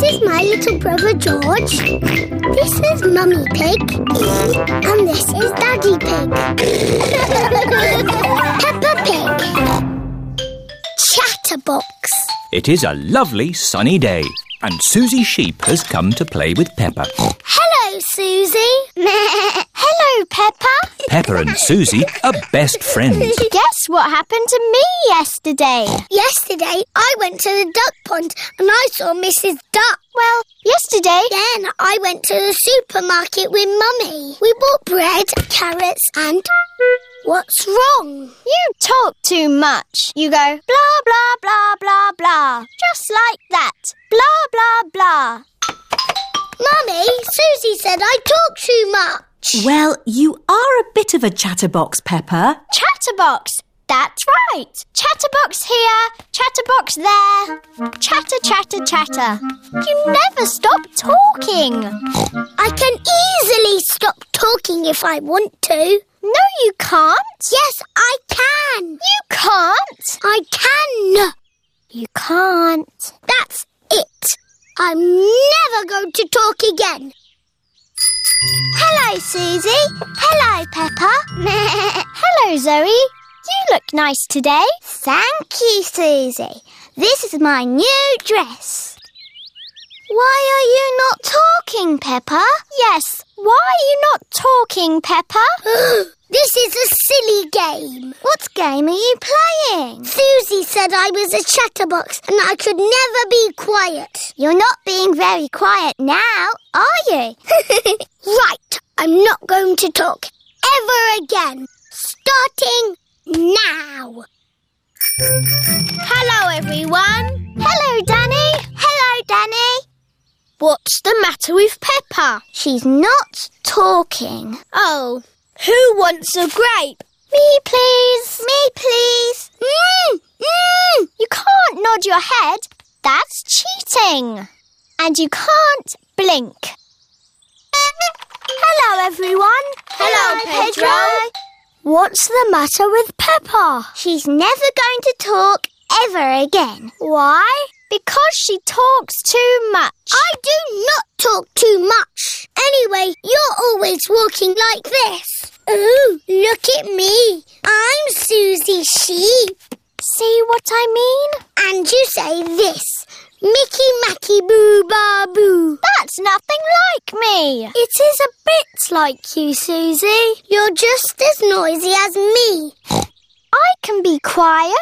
little brother George. This is Mummy Pig. And this is Daddy Pig. Peppa Pig. Chatterbox. It is a lovely sunny day, and Susie Sheep has come to play with Peppa. Hello, Susie. Hello, Peppa. Peppa and Susie are best friends. Guess what happened to me yesterday? Yesterday, I went to the duck pond and I saw Mrs. Duck. Well, yesterday. Then I went to the supermarket with Mummy. We bought bread, carrots, and. What's wrong? You talk too much. You go blah, blah, blah, blah, blah. Just like that. Blah, blah, blah. Mummy, Susie said I talk too much. Well, you are a bit of a chatterbox, Pepper. Chatterbox. That's right. Chatterbox here, chatterbox there. Chatter, chatter, chatter. You never stop talking. I can easily stop talking if I want to. No, you can't. Yes, I can. You can't. I can. You can't. That's it. I'm never going to talk again. Hello, Susie. Hello, Peppa. Hello, Zoe. You look nice today. Thank you, Susie. This is my new dress. Why are you not talking, Peppa? Yes, why are you not talking, Peppa? this is a silly game. What game are you playing? Susie said I was a chatterbox and I could never be quiet. You're not being very quiet now, are you? right, I'm not going to talk ever again. Starting now. Hello, everyone. Hello, Danny. Hello, Danny. What's the matter with Peppa? She's not talking. Oh, who wants a grape? Me, please. Me, please. Mm, mm. You can't nod your head. That's cheating. And you can't blink. Hello, everyone. Hello, Pedro. Pedro. What's the matter with Peppa? She's never going to talk ever again. Why? Because she talks too much. I do not talk too much. Anyway, you're always walking like this. Ooh, look at me. I'm Susie Sheep. See what I mean? And you say this. Mickey Macky Boo Ba Boo. That's nothing like me. It is a bit like you, Susie. You're just as noisy as me. I can be quiet.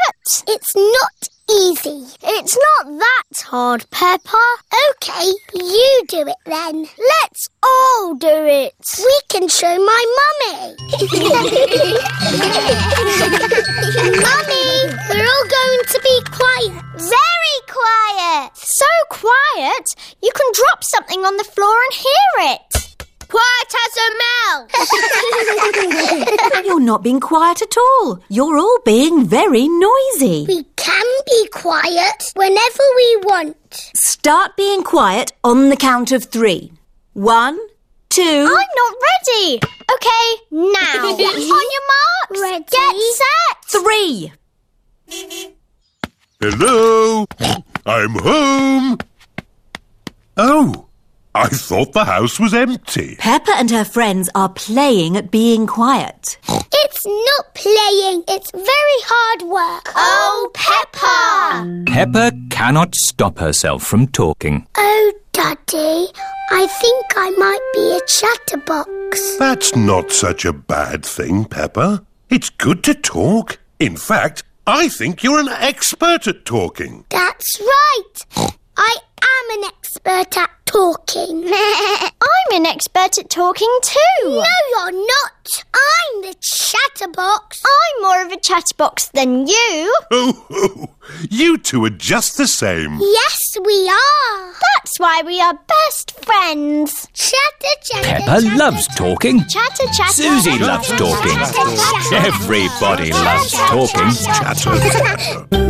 It's not easy. It's not that hard, Peppa. Okay, you do it then. Let's all do it. We can show my mummy. mummy, we're all going to be quiet. Very quiet. So quiet, you can drop something on the floor and hear it. Quiet as a mouse. You're not being quiet at all. You're all being very noisy. We can be quiet whenever we want. Start being quiet on the count of three. One, two. I'm not ready. Okay, now. on your marks. Ready. Get set. Three. Hello. I'm home. Oh. I thought the house was empty. Peppa and her friends are playing at being quiet. It's not playing, it's very hard work. Oh, Peppa! Peppa cannot stop herself from talking. Oh, Daddy, I think I might be a chatterbox. That's not such a bad thing, Peppa. It's good to talk. In fact, I think you're an expert at talking. That's right. I am an expert at talking. I'm an expert at talking too. No, you're not. I'm the chatterbox. I'm more of a chatterbox than you. Oh, oh, you two are just the same. Yes, we are. That's why we are best friends. Chatter, chatter. Peppa chatter, loves chatter. talking. Chatter, chatter. Susie loves talking. Everybody loves talking. Chatter.